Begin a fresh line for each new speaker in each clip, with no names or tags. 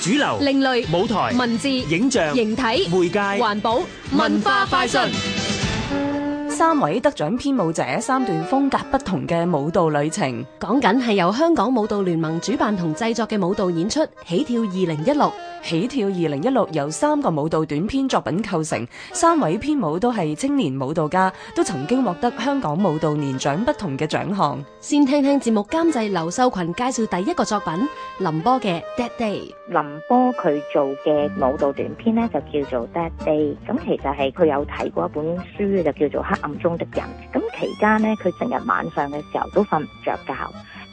主流、
另類
舞台、
文字、
影像、
形體、
媒介、
環保、文化快訊。
三位得獎編舞者三段風格不同嘅舞蹈旅程，
講緊係由香港舞蹈聯盟主辦同製作嘅舞蹈演出《起跳二零一六》，
起跳二零一六由三個舞蹈短篇作品構成，三位編舞都係青年舞蹈家，都曾經獲得香港舞蹈年獎不同嘅獎項。
先聽聽節目監製劉秀群介紹第一個作品林波嘅《Dead Day》。
林波佢做嘅舞蹈短片咧就叫做《Dead Day》，咁其實係佢有睇過一本書就叫做《黑暗中的人》，咁期間咧佢成日晚上嘅時候都瞓唔着覺，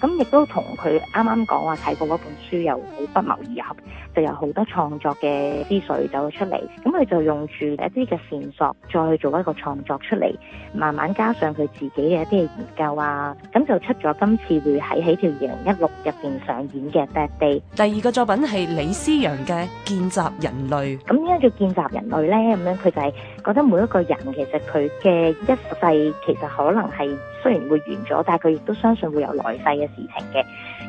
咁亦都同佢啱啱講話睇過嗰本書又好不謀而合，就有好多創作嘅思緒走出嚟，咁佢就用住一啲嘅線索再去做一個創作出嚟，慢慢加上佢自己嘅一啲嘅研究啊，咁就出咗今次會喺起跳二零一六入邊上演嘅《Dead Day》。
第二個作品係李思陽嘅《見習人類》。
咁點解叫見習人類咧？咁樣佢就係覺得每一個人其實佢嘅一世其實可能係雖然會完咗，但係佢亦都相信會有來世嘅事情嘅。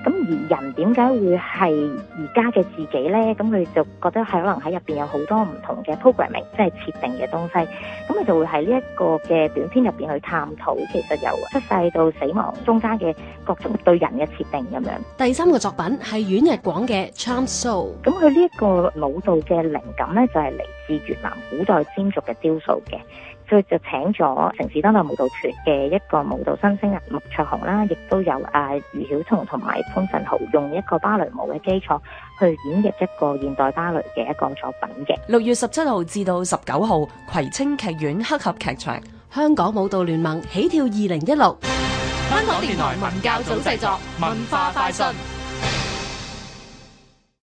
咁而人點解會係而家嘅自己呢？咁佢就覺得係可能喺入邊有好多唔同嘅 programming，即係設定嘅東西。咁佢就會喺呢一個嘅短片入邊去探討，其實由出世到死亡中間嘅各種對人嘅設定咁樣。
第三個作品係阮日廣嘅《Charm Soul》。
咁佢呢一個舞蹈嘅靈感呢，就係、嚟自越南古代尖族嘅雕塑嘅。佢就請咗城市當代舞蹈團嘅一個舞蹈新星啊，麥卓雄啦，亦都有啊余曉彤同埋潘振豪用一個芭蕾舞嘅基礎去演繹一個現代芭蕾嘅一個作品嘅。
六月十七號至到十九號，葵青劇院黑盒劇場。
香港舞蹈聯盟起跳二零一六。
香港電台文教組製作，文化快訊。